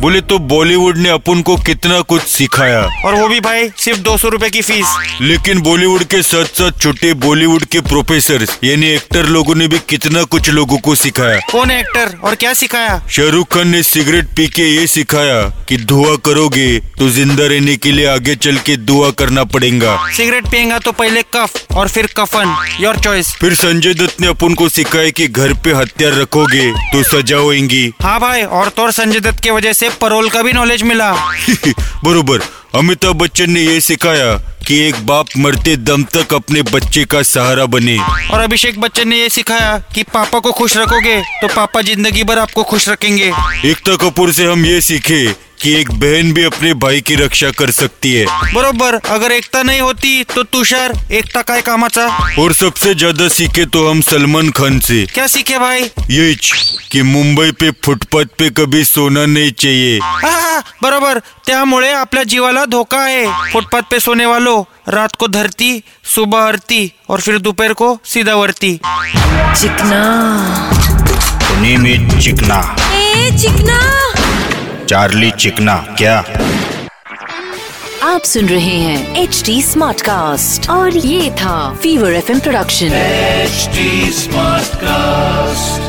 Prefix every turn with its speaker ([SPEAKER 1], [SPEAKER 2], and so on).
[SPEAKER 1] बोले तो बॉलीवुड ने अपन को कितना कुछ सिखाया
[SPEAKER 2] और वो भी भाई सिर्फ दो सौ रूपए की फीस
[SPEAKER 1] लेकिन बॉलीवुड के साथ साथ छोटे बॉलीवुड के प्रोफेसर यानी एक्टर लोगों ने भी कितना कुछ लोगों को सिखाया
[SPEAKER 2] कौन है एक्टर और क्या सिखाया
[SPEAKER 1] शाहरुख खान ने सिगरेट पी के ये सिखाया कि दुआ करोगे तो जिंदा रहने के लिए आगे चल के दुआ करना पड़ेगा
[SPEAKER 2] सिगरेट पिएगा तो पहले कफ और फिर कफन योर चॉइस
[SPEAKER 1] फिर संजय दत्त ने अपन को सिखाया कि घर पे हथियार रखोगे तो सजा होगी
[SPEAKER 2] हाँ भाई और तो और संजय दत्त की वजह से परोल का भी नॉलेज मिला
[SPEAKER 1] बरोबर अमिताभ बच्चन ने ये सिखाया कि एक बाप मरते दम तक अपने बच्चे का सहारा बने
[SPEAKER 2] और अभिषेक बच्चन ने ये सिखाया कि पापा को खुश रखोगे तो पापा जिंदगी भर आपको खुश रखेंगे
[SPEAKER 1] एकता कपूर से हम ये सीखे कि एक बहन भी अपने भाई की रक्षा कर सकती है
[SPEAKER 2] बरोबर अगर एकता नहीं होती तो तुषार एकता काय कामाचा
[SPEAKER 1] और सबसे ज्यादा सीखे तो हम सलमान खान से
[SPEAKER 2] क्या सीखे भाई
[SPEAKER 1] ये कि मुंबई पे फुटपाथ पे कभी सोना नहीं चाहिए
[SPEAKER 2] आहा, बरोबर त्यामुळे आपल्या जीवाला धोका आहे फुटपाथ पे सोने वालो रात को धरती सुबह हरती और फिर दोपहर को सीधा वरती
[SPEAKER 3] चिकना
[SPEAKER 4] द नेम इज चिकना
[SPEAKER 3] ए चिकना
[SPEAKER 4] चार्ली चिकना क्या
[SPEAKER 3] आप सुन रहे हैं एच डी स्मार्ट कास्ट और ये था fever F production
[SPEAKER 5] HD smart cast